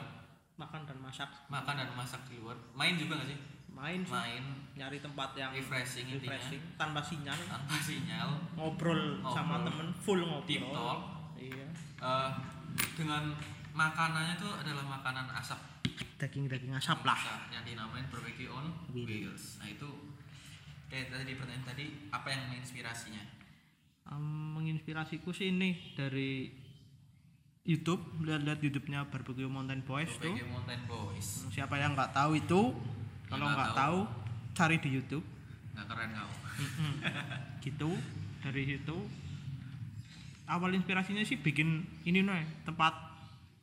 Speaker 2: makan dan masak
Speaker 1: makan dan masak di luar main juga nggak sih
Speaker 2: main sih.
Speaker 1: main
Speaker 2: nyari tempat yang
Speaker 1: refreshing intinya
Speaker 2: refreshing tanpa sinyal
Speaker 1: tanpa sinyal
Speaker 2: ngobrol, sama
Speaker 1: Ngobrol.
Speaker 2: temen full ngobrol
Speaker 1: deep talk
Speaker 2: iya
Speaker 1: eh, dengan makanannya tuh adalah makanan asap
Speaker 2: daging daging asap lah
Speaker 1: Nah, yang dinamain perbaiki on
Speaker 2: Wheels.
Speaker 1: wheels nah itu kayak tadi pertanyaan tadi apa yang menginspirasinya
Speaker 2: Em, menginspirasiku sih ini dari YouTube lihat-lihat YouTube-nya Barbecue Mountain Boys tuh
Speaker 1: perbaiki mountain boys
Speaker 2: siapa yang nggak tahu itu kalau
Speaker 1: nggak
Speaker 2: nggak
Speaker 1: tahu.
Speaker 2: tahu cari di YouTube
Speaker 1: nggak keren kau
Speaker 2: gitu dari situ awal inspirasinya sih bikin ini nih tempat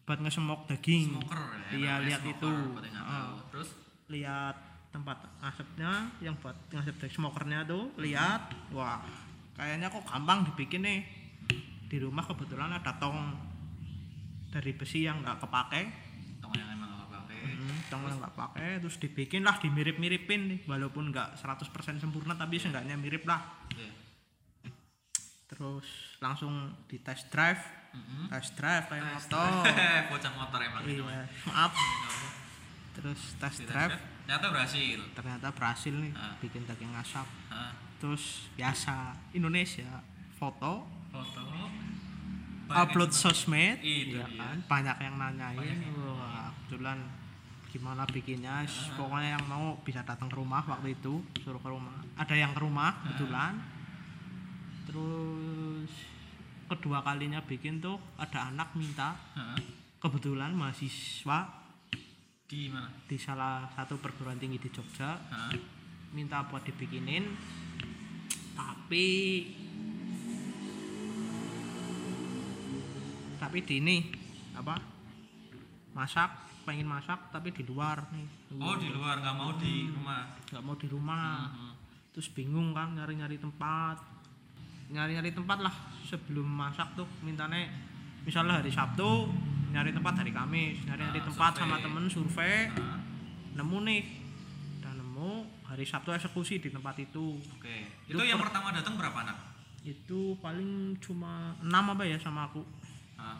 Speaker 2: buat ngesemok daging
Speaker 1: smoker ya
Speaker 2: iya
Speaker 1: namanya
Speaker 2: lihat itu Ah.
Speaker 1: smoker, buat yang nggak tahu. terus
Speaker 2: lihat tempat asapnya yang buat ngasap dari smokernya tuh lihat wah kayaknya kok gampang dibikin nih di rumah kebetulan ada tong dari besi yang nggak kepake
Speaker 1: tong yang emang nggak pakai
Speaker 2: Hmm, tong yang nggak pakai terus dibikin lah dimirip-miripin nih walaupun nggak 100% sempurna tapi seenggaknya mirip lah
Speaker 1: Iya.
Speaker 2: terus langsung di test drive
Speaker 1: Mm-mm.
Speaker 2: test drive kayak
Speaker 1: Test
Speaker 2: motor
Speaker 1: drive. bocah motor emang Nggak
Speaker 2: iya maaf
Speaker 1: apa-apa.
Speaker 2: terus
Speaker 1: Di test
Speaker 2: test drive
Speaker 1: drive, ternyata berhasil
Speaker 2: ternyata berhasil nih
Speaker 1: Ah.
Speaker 2: bikin daging asap
Speaker 1: Hah,
Speaker 2: terus biasa Indonesia foto
Speaker 1: foto
Speaker 2: upload sosmed
Speaker 1: Itu
Speaker 2: ya
Speaker 1: dia.
Speaker 2: kan banyak yang nanyain
Speaker 1: Banyak yang Ah.
Speaker 2: wah kebetulan gimana bikinnya S- pokoknya yang mau bisa datang ke rumah waktu itu suruh ke rumah ada yang
Speaker 1: Ah.
Speaker 2: ke rumah kebetulan terus kedua kalinya bikin tuh ada anak minta
Speaker 1: Hah,
Speaker 2: kebetulan mahasiswa
Speaker 1: di mana
Speaker 2: di salah satu perguruan tinggi di Jogja
Speaker 1: Hah,
Speaker 2: minta buat dibikinin tapi tapi di ini apa masak pengen masak tapi di luar nih
Speaker 1: oh di luar nggak mau di rumah
Speaker 2: nggak mau di rumah
Speaker 1: Mhm.
Speaker 2: terus bingung kan nyari-nyari tempat nyari-nyari tempat lah sebelum masak tuh mintanya misalnya hari Sabtu nyari tempat hari Kamis nyari-nyari
Speaker 1: Ah,
Speaker 2: tempat sama
Speaker 1: survei.
Speaker 2: temen survei
Speaker 1: Hah,
Speaker 2: nemu nih dan nemu hari Sabtu eksekusi di tempat itu
Speaker 1: oke itu yang pertama datang berapa anak
Speaker 2: itu paling cuma enam apa ya sama aku
Speaker 1: Hah,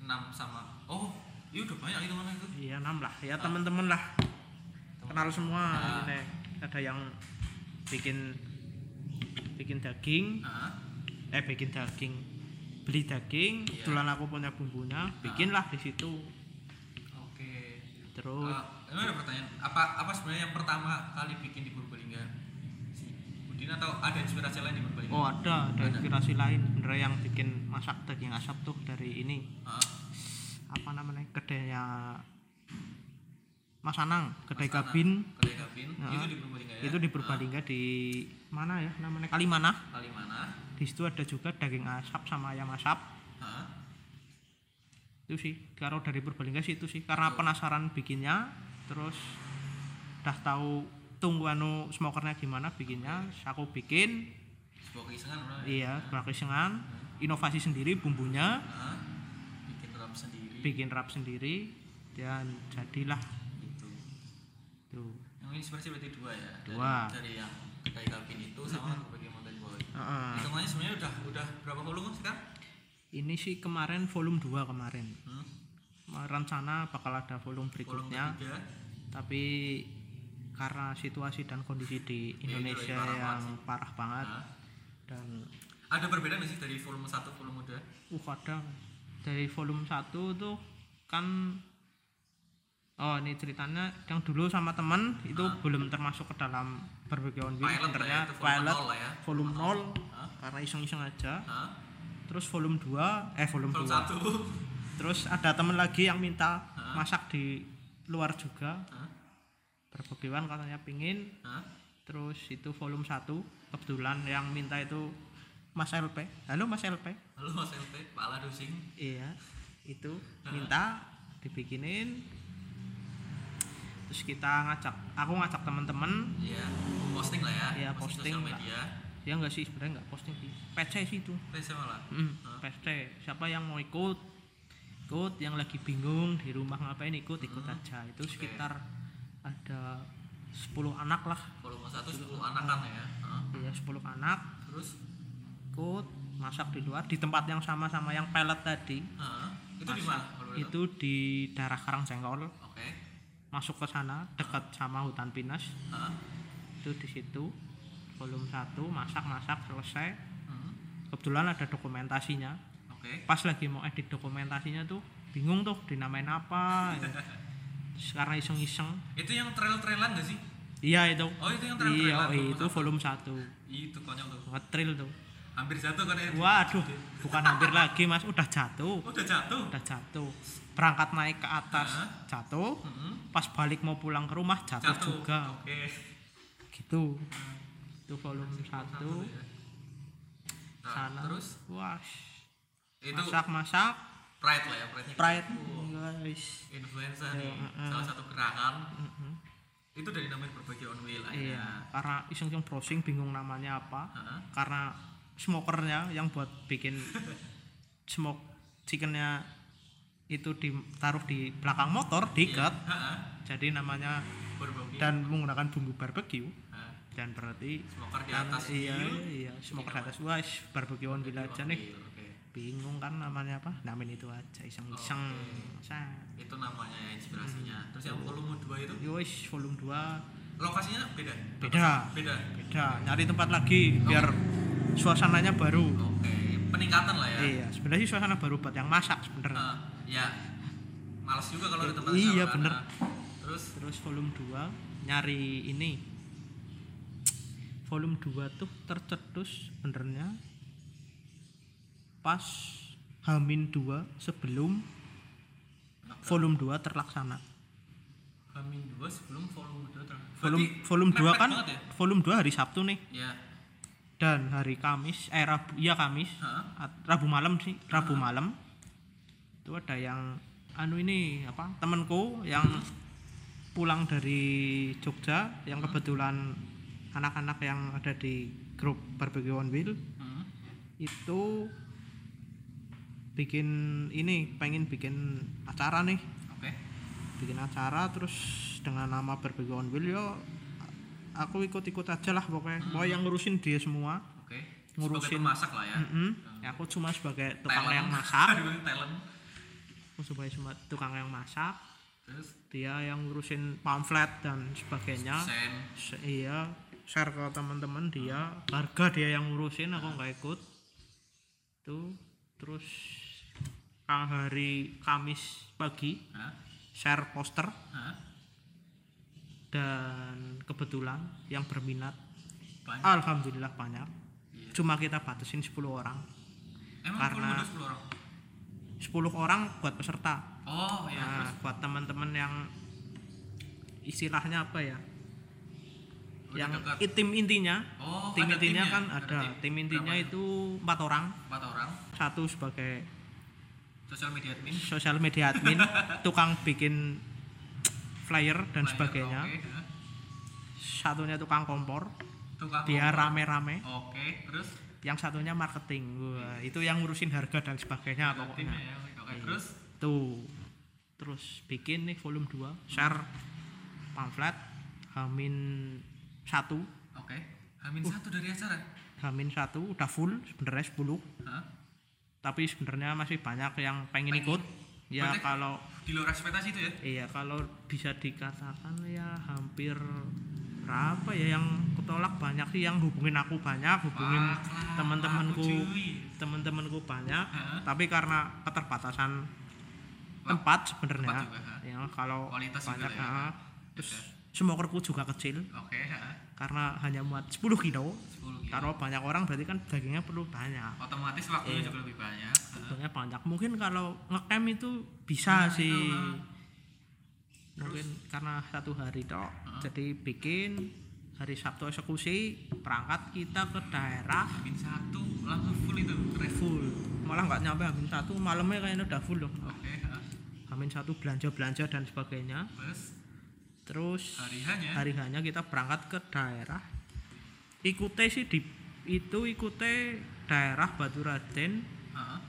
Speaker 1: enam sama oh iya udah banyak itu mana itu
Speaker 2: iya enam lah ya temen-temen lah kenal semua
Speaker 1: Ah.
Speaker 2: ini. ada yang bikin bikin daging
Speaker 1: Hah,
Speaker 2: eh bikin daging beli daging
Speaker 1: Iya. Ah.
Speaker 2: kebetulan aku punya bumbunya bikinlah di situ
Speaker 1: oke
Speaker 2: terus
Speaker 1: Eh, ini ada pertanyaan. Apa apa sebenarnya yang pertama kali bikin di Purbalingga? Si Udin atau ada inspirasi lain di Purbalingga?
Speaker 2: oh
Speaker 1: Ah.
Speaker 2: ada ada
Speaker 1: Ada.
Speaker 2: inspirasi lain sebenarnya yang bikin masak daging asap tuh dari ini
Speaker 1: Hah?
Speaker 2: apa namanya kedainya Mas Anang kedai
Speaker 1: Mas Anang,
Speaker 2: gabin
Speaker 1: Kedai Gabin.
Speaker 2: Heeh.
Speaker 1: Itu di Purbalingga ya.
Speaker 2: Ah. itu di Purbalingga di mana ya namanya Kalimana
Speaker 1: Hah? Kalimana.
Speaker 2: di situ ada juga daging asap sama ayam asap
Speaker 1: Hah?
Speaker 2: itu sih kalau dari Purbalingga sih itu sih karena penasaran bikinnya terus udah tahu tunggu anu smokernya gimana bikinnya aku bikin
Speaker 1: Sebuah keisengan orang. ya?
Speaker 2: iya berkesengan inovasi sendiri bumbunya
Speaker 1: Hah? Ah, Bikin rap sendiri.
Speaker 2: bikin rap sendiri dan jadilah
Speaker 1: Gitu.
Speaker 2: tuh
Speaker 1: Yang inspirasi berarti dua ya. Dari-
Speaker 2: Dua.
Speaker 1: Dari, yang kedai Gabin itu sama Purbalingga Mountain Boy.
Speaker 2: Heeh.
Speaker 1: Hitungannya sebenarnya udah udah berapa volume sekarang?
Speaker 2: ini sih kemarin volume 2 kemarin
Speaker 1: Hmm?
Speaker 2: rencana bakal ada
Speaker 1: Volume
Speaker 2: volume berikutnya
Speaker 1: ketiga.
Speaker 2: tapi karena situasi dan kondisi di
Speaker 1: Ini
Speaker 2: Indonesia
Speaker 1: lagi Iya, parah banget
Speaker 2: yang parah banget
Speaker 1: Hah?
Speaker 2: dan
Speaker 1: Ada perbedaan nggak sih dari volume satu volume dua?
Speaker 2: uh kadang dari volume 1 tuh kan oh ini ceritanya yang dulu sama temen itu belum termasuk ke dalam berbagai on wheel
Speaker 1: Pilot lah ya,
Speaker 2: sebenarnya
Speaker 1: itu volume
Speaker 2: pilot
Speaker 1: nol lah ya.
Speaker 2: volume 0
Speaker 1: Hah?
Speaker 2: karena iseng-iseng aja
Speaker 1: Hah?
Speaker 2: terus volume 2 eh volume
Speaker 1: Volume
Speaker 2: 2
Speaker 1: satu.
Speaker 2: terus ada temen lagi yang minta masak di luar juga
Speaker 1: Hah?
Speaker 2: berbegiwan katanya pingin
Speaker 1: Hah?
Speaker 2: terus itu volume 1 kebetulan yang minta itu Mas LP halo Mas LP
Speaker 1: Halo Mas LT, Pala Dusing.
Speaker 2: iya itu minta dibikinin terus kita ngajak aku ngajak teman-teman
Speaker 1: Iya, posting lah ya.
Speaker 2: Iya, posting
Speaker 1: sosial
Speaker 2: lah.
Speaker 1: media.
Speaker 2: ya enggak sih sebenarnya enggak posting di PC sih itu
Speaker 1: Pesa malah.
Speaker 2: hmm, PC siapa yang mau ikut ikut Hmm. yang lagi bingung di rumah ngapain ikut ikut aja itu sekitar ada 10 10 anak lah
Speaker 1: volume satu 10 anakan ya Heeh.
Speaker 2: ya 10 anak
Speaker 1: terus
Speaker 2: ikut masak di luar di tempat yang sama sama yang pelet tadi
Speaker 1: heeh. itu di mana kalau boleh tahu?
Speaker 2: itu di daerah Karangjengkol
Speaker 1: oke
Speaker 2: masuk ke sana dekat sama hutan pinus
Speaker 1: Heeh.
Speaker 2: itu di situ volume 1 masak-masak selesai
Speaker 1: Heeh.
Speaker 2: kebetulan ada dokumentasinya
Speaker 1: Hmm, oke
Speaker 2: pas lagi mau edit dokumentasinya tuh bingung tuh dinamain apa ya. Terus karena iseng-iseng
Speaker 1: itu yang trail-trailan gak sih
Speaker 2: iya itu
Speaker 1: oh itu yang
Speaker 2: iya
Speaker 1: trail-trailan volume
Speaker 2: itu
Speaker 1: satu.
Speaker 2: volume 1
Speaker 1: itu konyol tuh
Speaker 2: ngetril tuh
Speaker 1: hampir jatuh kan ya Oh,
Speaker 2: waduh bukan hampir lagi mas udah jatuh
Speaker 1: udah jatuh
Speaker 2: udah jatuh berangkat naik ke atas
Speaker 1: Hah?
Speaker 2: jatuh
Speaker 1: Heeh.
Speaker 2: pas balik mau pulang ke rumah jatuh,
Speaker 1: Hmm, jatuh
Speaker 2: juga
Speaker 1: oke
Speaker 2: gitu itu volume
Speaker 1: Satu
Speaker 2: satu
Speaker 1: ya. Nah,
Speaker 2: sana
Speaker 1: terus
Speaker 2: wah
Speaker 1: itu
Speaker 2: masak masak
Speaker 1: pride lah ya pride
Speaker 2: pride guys
Speaker 1: influencer
Speaker 2: Iya,
Speaker 1: nih
Speaker 2: heeh.
Speaker 1: salah satu gerakan itu dari namanya berbagi on wheel akhirnya
Speaker 2: iya karena iseng iseng browsing bingung namanya apa
Speaker 1: Heeh.
Speaker 2: karena smokernya yang buat bikin smoke chickennya itu ditaruh di belakang motor diikat
Speaker 1: Heeh.
Speaker 2: jadi namanya
Speaker 1: berbagi
Speaker 2: dan menggunakan bumbu barbecue
Speaker 1: Heeh.
Speaker 2: dan berarti
Speaker 1: smoker di atas
Speaker 2: iya
Speaker 1: wheel,
Speaker 2: iya smoker di atas wah ish, barbecue
Speaker 1: on
Speaker 2: on villa aja nih
Speaker 1: wheel, oke.
Speaker 2: bingung kan namanya apa namin itu aja iseng iseng
Speaker 1: itu namanya ya inspirasinya terus yang volume 2 itu
Speaker 2: yo ish, volume 2
Speaker 1: lokasinya beda
Speaker 2: beda
Speaker 1: beda
Speaker 2: beda nyari tempat lagi biar suasananya baru
Speaker 1: oke peningkatan lah ya
Speaker 2: iya sebenarnya sih suasana baru buat yang masak sebenarnya
Speaker 1: Heeh. ya males juga kalau di tempat
Speaker 2: Iya,
Speaker 1: yang sama,
Speaker 2: bener.
Speaker 1: kan? terus
Speaker 2: terus volume 2 nyari ini volume 2 tuh tercetus sebenarnya pas Hamin 2 sebelum volume 2 terlaksana
Speaker 1: Hamin 2 sebelum volume 2 terang
Speaker 2: volume volume 2 kan
Speaker 1: ya?
Speaker 2: volume 2 hari Sabtu nih
Speaker 1: ya
Speaker 2: dan hari Kamis eh Rabu iya Kamis
Speaker 1: Heeh.
Speaker 2: At- Rabu malam sih Rabu malam itu ada yang anu ini apa temanku yang pulang dari Jogja yang kebetulan anak-anak yang ada di grup barbecue on wheel
Speaker 1: Heeh.
Speaker 2: itu bikin ini pengen bikin acara nih
Speaker 1: oke
Speaker 2: bikin acara terus dengan nama barbecue on wheel yo aku ikut-ikut aja lah pokoknya pokoknya yang ngurusin dia semua
Speaker 1: oke
Speaker 2: Ngurusin.
Speaker 1: sebagai pemasak lah ya
Speaker 2: Mm-mm. Ya, aku cuma sebagai tukang
Speaker 1: Talent.
Speaker 2: yang masak
Speaker 1: Dibilang talent
Speaker 2: aku sebagai sema- tukang yang masak
Speaker 1: terus
Speaker 2: dia yang ngurusin pamflet dan sebagainya
Speaker 1: sen
Speaker 2: Se- iya share ke teman-teman dia harga dia yang ngurusin aku nggak ikut tuh terus kang hari Kamis pagi
Speaker 1: Hah?
Speaker 2: share poster
Speaker 1: Hah?
Speaker 2: dan kebetulan yang berminat
Speaker 1: banyak
Speaker 2: alhamdulillah banyak
Speaker 1: Iya.
Speaker 2: cuma kita batasin 10 orang
Speaker 1: emang
Speaker 2: karena-
Speaker 1: volume 2 sepuluh orang
Speaker 2: 10 orang buat peserta
Speaker 1: oh ya
Speaker 2: Nah, buat teman-teman yang istilahnya apa ya?
Speaker 1: Udah
Speaker 2: yang
Speaker 1: dekat.
Speaker 2: i- tim intinya,
Speaker 1: oh
Speaker 2: tim
Speaker 1: ada
Speaker 2: intinya
Speaker 1: timnya?
Speaker 2: kan ada. Tim intinya
Speaker 1: Berapa?
Speaker 2: itu empat orang,
Speaker 1: empat orang
Speaker 2: satu sebagai
Speaker 1: sosial media admin
Speaker 2: social media admin, tukang bikin flyer dan
Speaker 1: Flyer,
Speaker 2: sebagainya,
Speaker 1: oke, ya. hah.
Speaker 2: satunya tukang kompor,
Speaker 1: tukang
Speaker 2: dia
Speaker 1: kompor.
Speaker 2: rame-rame,
Speaker 1: oke terus
Speaker 2: yang satunya marketing. Wah, itu yang ngurusin harga dan sebagainya
Speaker 1: ada
Speaker 2: pokoknya.
Speaker 1: timnya ya oke
Speaker 2: Iya.
Speaker 1: terus
Speaker 2: tuh terus bikin nih volume 2 share pamflet hamin satu
Speaker 1: oke Hamin
Speaker 2: Uh.
Speaker 1: satu dari acara
Speaker 2: hamin satu udah full sebenarnya 10
Speaker 1: Hah?
Speaker 2: tapi sebenarnya masih banyak yang pengen
Speaker 1: Pengen.
Speaker 2: ikut ya
Speaker 1: Banyak.
Speaker 2: kalau
Speaker 1: di luar ekspektasi itu ya
Speaker 2: iya kalau bisa dikatakan ya hampir berapa ya yang ketolak banyak sih yang hubungin aku banyak hubungin
Speaker 1: Wah, kelar, aku
Speaker 2: teman-temanku
Speaker 1: cuy.
Speaker 2: teman-temanku banyak
Speaker 1: Hah?
Speaker 2: tapi karena keterbatasan
Speaker 1: Wak-
Speaker 2: tempat sebenarnya
Speaker 1: tempat juga, ha.
Speaker 2: ya kalau
Speaker 1: Kualitas juga
Speaker 2: banyak
Speaker 1: ya.
Speaker 2: ha. terus
Speaker 1: Oke.
Speaker 2: smokerku juga kecil
Speaker 1: oke hah.
Speaker 2: karena hanya muat 10 kilo
Speaker 1: sepuluh gitu.
Speaker 2: kalau banyak orang berarti kan dagingnya perlu banyak
Speaker 1: otomatis waktunya
Speaker 2: Iya.
Speaker 1: juga lebih banyak Hah?
Speaker 2: Dagingnya banyak mungkin kalau ngecamp itu bisa sih
Speaker 1: Nah, itu, ha.
Speaker 2: mungkin karena satu hari tok jadi bikin hari Sabtu eksekusi berangkat kita ke daerah
Speaker 1: Hamin satu langsung full itu keren
Speaker 2: full malah nggak nyampe hamin satu malamnya kayaknya udah full loh
Speaker 1: oke hah.
Speaker 2: hamin satu belanja belanja dan sebagainya
Speaker 1: terus
Speaker 2: terus
Speaker 1: hari hanya
Speaker 2: hari hanya kita berangkat ke daerah ikute sih di itu ikute daerah Batu Raden
Speaker 1: Hah?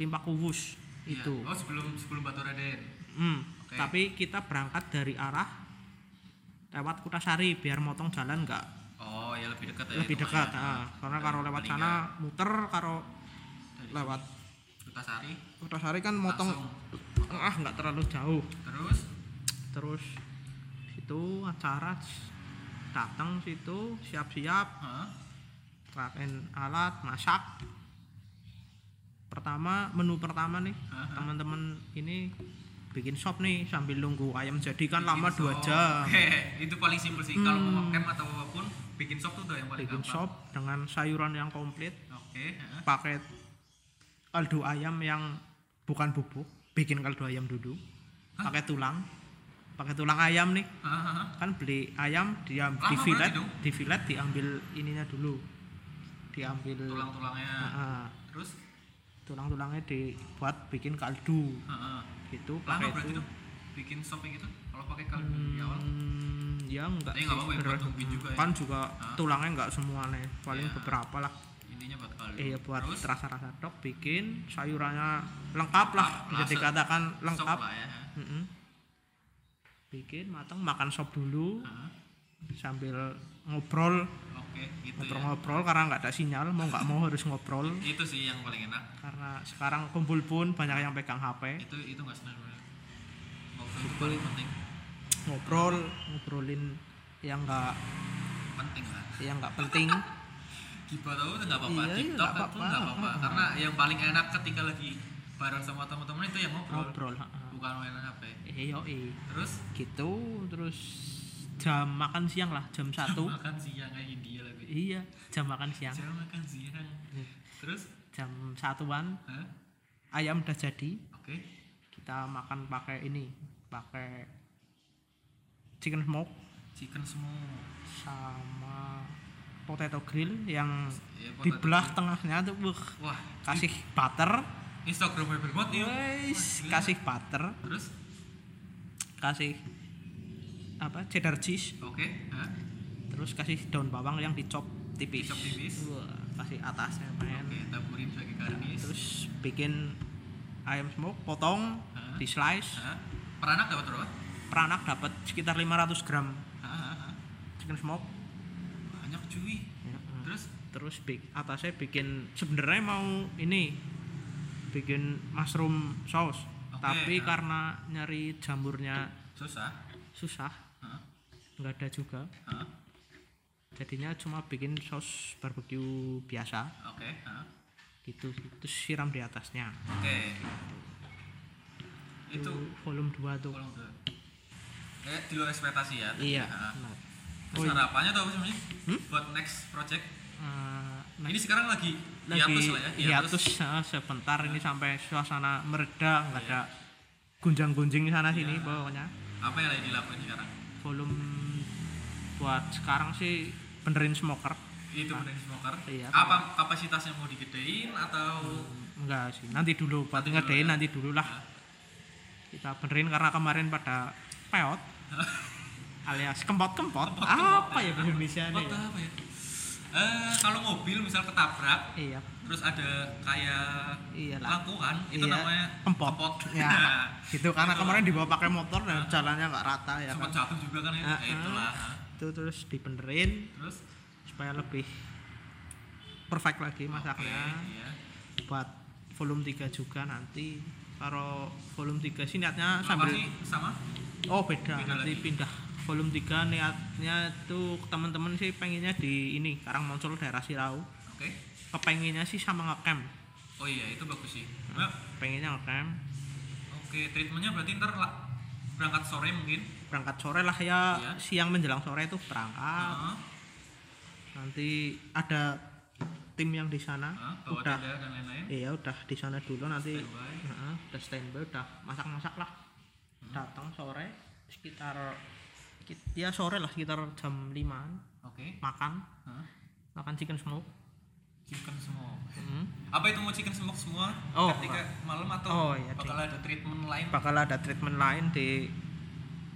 Speaker 2: Limpak Kuwus
Speaker 1: Ah, Iya.
Speaker 2: itu
Speaker 1: oh sebelum sebelum Batu Raden
Speaker 2: Hmm,
Speaker 1: Oke.
Speaker 2: tapi kita berangkat dari arah lewat Kutasari biar motong jalan nggak
Speaker 1: oh ya lebih dekat ya
Speaker 2: lebih
Speaker 1: hitungannya.
Speaker 2: dekat ah. karena
Speaker 1: Dari
Speaker 2: kalau lewat
Speaker 1: paling
Speaker 2: sana muter kalau
Speaker 1: Dari
Speaker 2: lewat
Speaker 1: Kutasari
Speaker 2: Kutasari kan motong ah nggak terlalu jauh
Speaker 1: terus
Speaker 2: terus itu acara s- datang situ siap-siap
Speaker 1: Hah?
Speaker 2: ratain alat masak pertama menu pertama nih
Speaker 1: Aha.
Speaker 2: teman-teman ini bikin sop nih sambil nunggu ayam jadi kan
Speaker 1: Bikin
Speaker 2: lama dua
Speaker 1: sop.
Speaker 2: jam Hmm.
Speaker 1: itu paling simpel sih kalau mau camp atau apapun bikin sop tuh udah yang paling
Speaker 2: bikin
Speaker 1: gampang
Speaker 2: sop dengan sayuran yang komplit
Speaker 1: oke ah, heeh.
Speaker 2: pakai kaldu ayam yang bukan bubuk bikin kaldu ayam duduk
Speaker 1: Hah?
Speaker 2: pakai tulang pakai tulang ayam nih
Speaker 1: Hah, hah, hah.
Speaker 2: kan beli ayam dia
Speaker 1: Lama
Speaker 2: di filet
Speaker 1: berarti dong.
Speaker 2: di filet diambil ininya dulu diambil
Speaker 1: tulang-tulangnya
Speaker 2: Ah, ah.
Speaker 1: terus
Speaker 2: tulang-tulangnya dibuat bikin kaldu
Speaker 1: heeh.
Speaker 2: gitu
Speaker 1: ah, lama
Speaker 2: pakai
Speaker 1: berarti
Speaker 2: itu
Speaker 1: tuh bikin sop kayak gitu kalau pakai kaldu di awal
Speaker 2: hmm, ya enggak
Speaker 1: Tapi enggak apa-apa ya, buat nungguin juga ya.
Speaker 2: kan juga
Speaker 1: Ah.
Speaker 2: tulangnya enggak semuanya paling
Speaker 1: Iya.
Speaker 2: beberapa lah
Speaker 1: intinya buat kaldu
Speaker 2: eh ya buat
Speaker 1: terus
Speaker 2: rasa-rasa dok bikin sayurannya lengkap lah
Speaker 1: Lengkap,
Speaker 2: bisa
Speaker 1: langsung.
Speaker 2: dikatakan
Speaker 1: Ah, sop
Speaker 2: lengkap
Speaker 1: lah ya
Speaker 2: Mm-mm. bikin matang makan sop dulu
Speaker 1: Heeh.
Speaker 2: sambil ngobrol
Speaker 1: ah. oke gitu ya
Speaker 2: ngobrol-ngobrol karena nggak ada sinyal mau nggak mau harus ngobrol
Speaker 1: itu sih yang paling enak
Speaker 2: karena sekarang kumpul pun banyak yang pegang HP
Speaker 1: itu itu nggak senang banget ngobrol itu paling penting
Speaker 2: ngobrol ngobrolin yang nggak
Speaker 1: penting lah
Speaker 2: yang nggak penting
Speaker 1: Gibah tau itu nggak apa-apa
Speaker 2: Iya, iya,
Speaker 1: TikTok
Speaker 2: nggak
Speaker 1: itu
Speaker 2: apa-apa.
Speaker 1: nggak apa-apa karena yang paling enak ketika lagi bareng sama teman-teman itu yang ngobrol
Speaker 2: ngobrol ha-ha.
Speaker 1: bukan mainan HP
Speaker 2: Eh, yoi.
Speaker 1: terus
Speaker 2: gitu terus jam makan siang lah jam satu
Speaker 1: makan siang kayak India lagi
Speaker 2: iya jam makan siang
Speaker 1: jangan makan siang terus
Speaker 2: jam satuan
Speaker 1: hah?
Speaker 2: ayam udah jadi
Speaker 1: oke
Speaker 2: kita makan pakai ini pakai chicken smoke
Speaker 1: chicken semua
Speaker 2: sama potato grill yang
Speaker 1: ya, potato
Speaker 2: dibelah tengahnya tuh wuh,
Speaker 1: chip. wah
Speaker 2: kasih butter
Speaker 1: Instagramable banget ya
Speaker 2: Wes,
Speaker 1: gila.
Speaker 2: kasih butter
Speaker 1: terus
Speaker 2: kasih apa cheddar cheese
Speaker 1: oke hah?
Speaker 2: terus kasih daun bawang yang dicop tipis
Speaker 1: Dicop tipis.
Speaker 2: Wah, kasih atasnya main
Speaker 1: oke taburin sebagai garnish
Speaker 2: terus bikin ayam smoke potong
Speaker 1: Hah?
Speaker 2: di slice
Speaker 1: Hah? peranak dapat berapa
Speaker 2: peranak dapat sekitar 500 gram
Speaker 1: Hah, hah, hah.
Speaker 2: chicken smoke
Speaker 1: banyak cuy
Speaker 2: Hmm.
Speaker 1: terus
Speaker 2: terus bik atasnya bikin sebenarnya mau ini bikin mushroom sauce
Speaker 1: Oke,
Speaker 2: tapi
Speaker 1: nah.
Speaker 2: karena nyari jamurnya
Speaker 1: susah
Speaker 2: susah
Speaker 1: Hah?
Speaker 2: nggak ada juga
Speaker 1: Hah?
Speaker 2: jadinya cuma bikin saus barbecue biasa
Speaker 1: oke hah?
Speaker 2: gitu terus siram di atasnya
Speaker 1: oke itu
Speaker 2: Tuh, volume 2 tuh
Speaker 1: kalau udah kayak di luar ekspektasi ya
Speaker 2: iya
Speaker 1: Hah.
Speaker 2: benar.
Speaker 1: terus
Speaker 2: Oh, iya.
Speaker 1: harapannya tuh apa sih Mas?
Speaker 2: Hmm?
Speaker 1: buat next project
Speaker 2: Eh, nah,
Speaker 1: ini sekarang lagi
Speaker 2: lagi
Speaker 1: hiatus lah ya Iya.
Speaker 2: hiatus ah, sebentar ini sampai suasana mereda nggak ada gunjang-gunjing sana
Speaker 1: Iya.
Speaker 2: sini pokoknya
Speaker 1: apa yang lagi dilakukan sekarang
Speaker 2: volume buat sekarang sih benerin smoker
Speaker 1: itu benerin smoker
Speaker 2: Iya. Hmm.
Speaker 1: apa kapasitasnya mau digedein atau
Speaker 2: enggak sih nanti dulu buat
Speaker 1: Nanti dulu
Speaker 2: ngedein
Speaker 1: ya.
Speaker 2: nanti dulu lah
Speaker 1: Hah?
Speaker 2: kita benerin karena kemarin pada peot alias kempot-kempot
Speaker 1: Kempot-kempot
Speaker 2: apa ya bahasa Indonesia
Speaker 1: apa
Speaker 2: nih
Speaker 1: tuh apa ya Eh, kalau mobil misal ketabrak
Speaker 2: iya
Speaker 1: terus ada kayak
Speaker 2: iya lah
Speaker 1: langkungan itu
Speaker 2: Iya.
Speaker 1: namanya
Speaker 2: Kempot. Ya.
Speaker 1: Nah,
Speaker 2: gitu karena
Speaker 1: Itu.
Speaker 2: kemarin dibawa pakai motor
Speaker 1: Nah.
Speaker 2: dan jalannya nggak rata ya
Speaker 1: sempat
Speaker 2: kan
Speaker 1: jatuh juga kan ya
Speaker 2: Ah,
Speaker 1: Ya, itulah Hah.
Speaker 2: itu terus dibenerin
Speaker 1: terus
Speaker 2: supaya lebih perfect lagi masaknya
Speaker 1: oke, iya.
Speaker 2: buat volume 3 juga nanti kalau volume 3 sih niatnya sambil
Speaker 1: lokasi sama
Speaker 2: oh beda,
Speaker 1: Beda
Speaker 2: nanti
Speaker 1: lagi.
Speaker 2: pindah volume 3 niatnya tuh teman-teman sih pengennya di ini Karang Moncol daerah Sirau
Speaker 1: oke
Speaker 2: kepengennya sih sama ngecamp
Speaker 1: oh iya itu bagus sih
Speaker 2: Ah.
Speaker 1: Mbak,
Speaker 2: pengennya ngecamp
Speaker 1: oke treatmentnya berarti ntar lah berangkat sore mungkin
Speaker 2: berangkat sore lah ya
Speaker 1: Iya. Ah.
Speaker 2: siang menjelang sore itu berangkat
Speaker 1: Heeh,
Speaker 2: nanti ada tim yang di sana
Speaker 1: heeh, Ah, bawa
Speaker 2: udah
Speaker 1: tenda dan lain-lain
Speaker 2: iya udah di sana dulu nanti
Speaker 1: Standby.
Speaker 2: Heeh, udah standby udah masak-masak lah
Speaker 1: Hmm.
Speaker 2: datang sore sekitar ki- ya sore lah sekitar jam 5an
Speaker 1: oke
Speaker 2: makan
Speaker 1: Hah?
Speaker 2: makan chicken smoke
Speaker 1: chicken semua
Speaker 2: Mm.
Speaker 1: apa itu mau chicken smoke semua
Speaker 2: Oh,
Speaker 1: ketika malam atau
Speaker 2: Oh, iya,
Speaker 1: bakal ada treatment lain
Speaker 2: bakal ada treatment lain di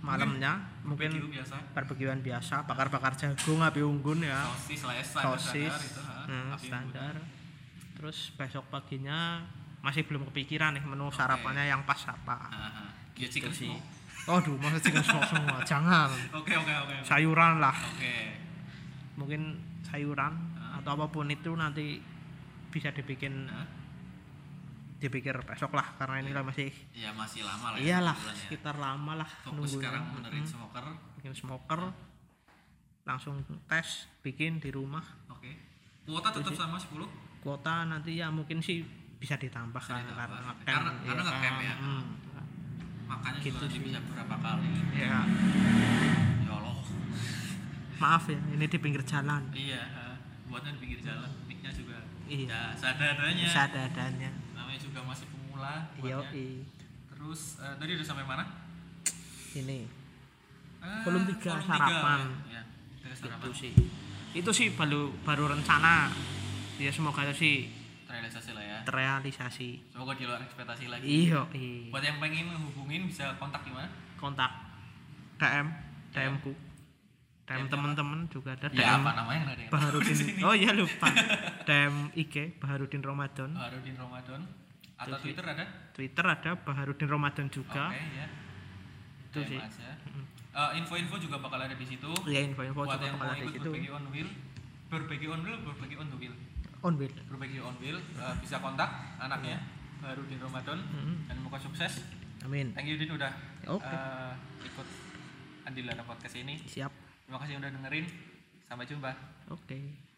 Speaker 2: malamnya
Speaker 1: video
Speaker 2: mungkin
Speaker 1: biasa
Speaker 2: barbekyuan biasa bakar-bakar jagung api unggun ya
Speaker 1: sosis lah ya standar
Speaker 2: sosis
Speaker 1: itu ha,
Speaker 2: nah,
Speaker 1: api
Speaker 2: standar terus besok paginya masih belum kepikiran nih menu sarapannya yang pas
Speaker 1: unggun.
Speaker 2: apa
Speaker 1: Ah, ah. ya chicken
Speaker 2: Gitu sih.
Speaker 1: smoke
Speaker 2: Aduh, masa sih nggak semua semua? Jangan.
Speaker 1: Oke oke oke. oke.
Speaker 2: Sayuran lah,
Speaker 1: Oke.
Speaker 2: mungkin sayuran atau apapun itu nanti bisa dibikin
Speaker 1: Nah,
Speaker 2: dipikir besok lah karena ini kan masih
Speaker 1: Ya masih lama lah. ya,
Speaker 2: iyalah
Speaker 1: bulan ya.
Speaker 2: sekitar lama lah
Speaker 1: Fokus sekarang
Speaker 2: nunggunya.
Speaker 1: benerin smoker.
Speaker 2: bikin smoker langsung tes bikin di rumah
Speaker 1: Oke. Kuota tetap sama 10.
Speaker 2: kuota nanti ya mungkin sih bisa ditambah
Speaker 1: Bisa
Speaker 2: kan
Speaker 1: ditambah.
Speaker 2: karena ngecamp,
Speaker 1: Karena- karena
Speaker 2: kan.
Speaker 1: ngecamp ya.
Speaker 2: Hmm.
Speaker 1: Makanya
Speaker 2: Gitu
Speaker 1: juga nanti
Speaker 2: sih.
Speaker 1: bisa berapa kali.
Speaker 2: ya
Speaker 1: Ya Allah.
Speaker 2: maaf ya ini di pinggir jalan
Speaker 1: Iya. eh, Buatnya di pinggir jalan. Miknya juga. Ya
Speaker 2: Iya.
Speaker 1: sadarnya.
Speaker 2: seadanya
Speaker 1: Namanya juga masih pemula.
Speaker 2: iya
Speaker 1: Buatnya. Terus eh, tadi udah sampai mana?
Speaker 2: ini
Speaker 1: Ah,
Speaker 2: Kolom tiga,
Speaker 1: kolom
Speaker 2: sarapan.
Speaker 1: Ya,
Speaker 2: Gitu.
Speaker 1: ya. Tiga
Speaker 2: itu
Speaker 1: sarapan.
Speaker 2: sih itu sih baru baru rencana ya semoga itu sih
Speaker 1: Terrealisasi lah ya.
Speaker 2: terrealisasi Iya.
Speaker 1: Semoga di luar ekspektasi lagi.
Speaker 2: iyo
Speaker 1: Buat yang pengen menghubungin bisa kontak di mana?
Speaker 2: kontak DM
Speaker 1: DM.
Speaker 2: DM ku DM teman-teman juga ada
Speaker 1: Ya
Speaker 2: DM
Speaker 1: apa namanya nggak ada yang tahu
Speaker 2: Baharudin
Speaker 1: di sini.
Speaker 2: oh iya lupa DM IG Baharudin Ramadan
Speaker 1: Baharudin Ramadan atau
Speaker 2: Terus,
Speaker 1: Twitter ada?
Speaker 2: Twitter ada Baharudin Ramadan juga
Speaker 1: Oke ya.
Speaker 2: Itu
Speaker 1: DM
Speaker 2: sih.
Speaker 1: aja. Eh, info-info juga bakal ada di situ.
Speaker 2: ya info-info
Speaker 1: Buat
Speaker 2: juga
Speaker 1: yang
Speaker 2: bakal
Speaker 1: mau
Speaker 2: ada di
Speaker 1: ikut
Speaker 2: situ
Speaker 1: berbagi on wheel, berbagi on wheel, berbagi on the wheel,
Speaker 2: on wheel
Speaker 1: berbagi on wheel eh, bisa kontak anaknya Baharudin Ramadan
Speaker 2: Iya. Mm-mm.
Speaker 1: dan moga sukses.
Speaker 2: amin
Speaker 1: Thank you Din udah
Speaker 2: Oke.
Speaker 1: eh, ikut Andila podcast ini.
Speaker 2: siap
Speaker 1: Terima kasih yang udah dengerin. Sampai jumpa.
Speaker 2: oke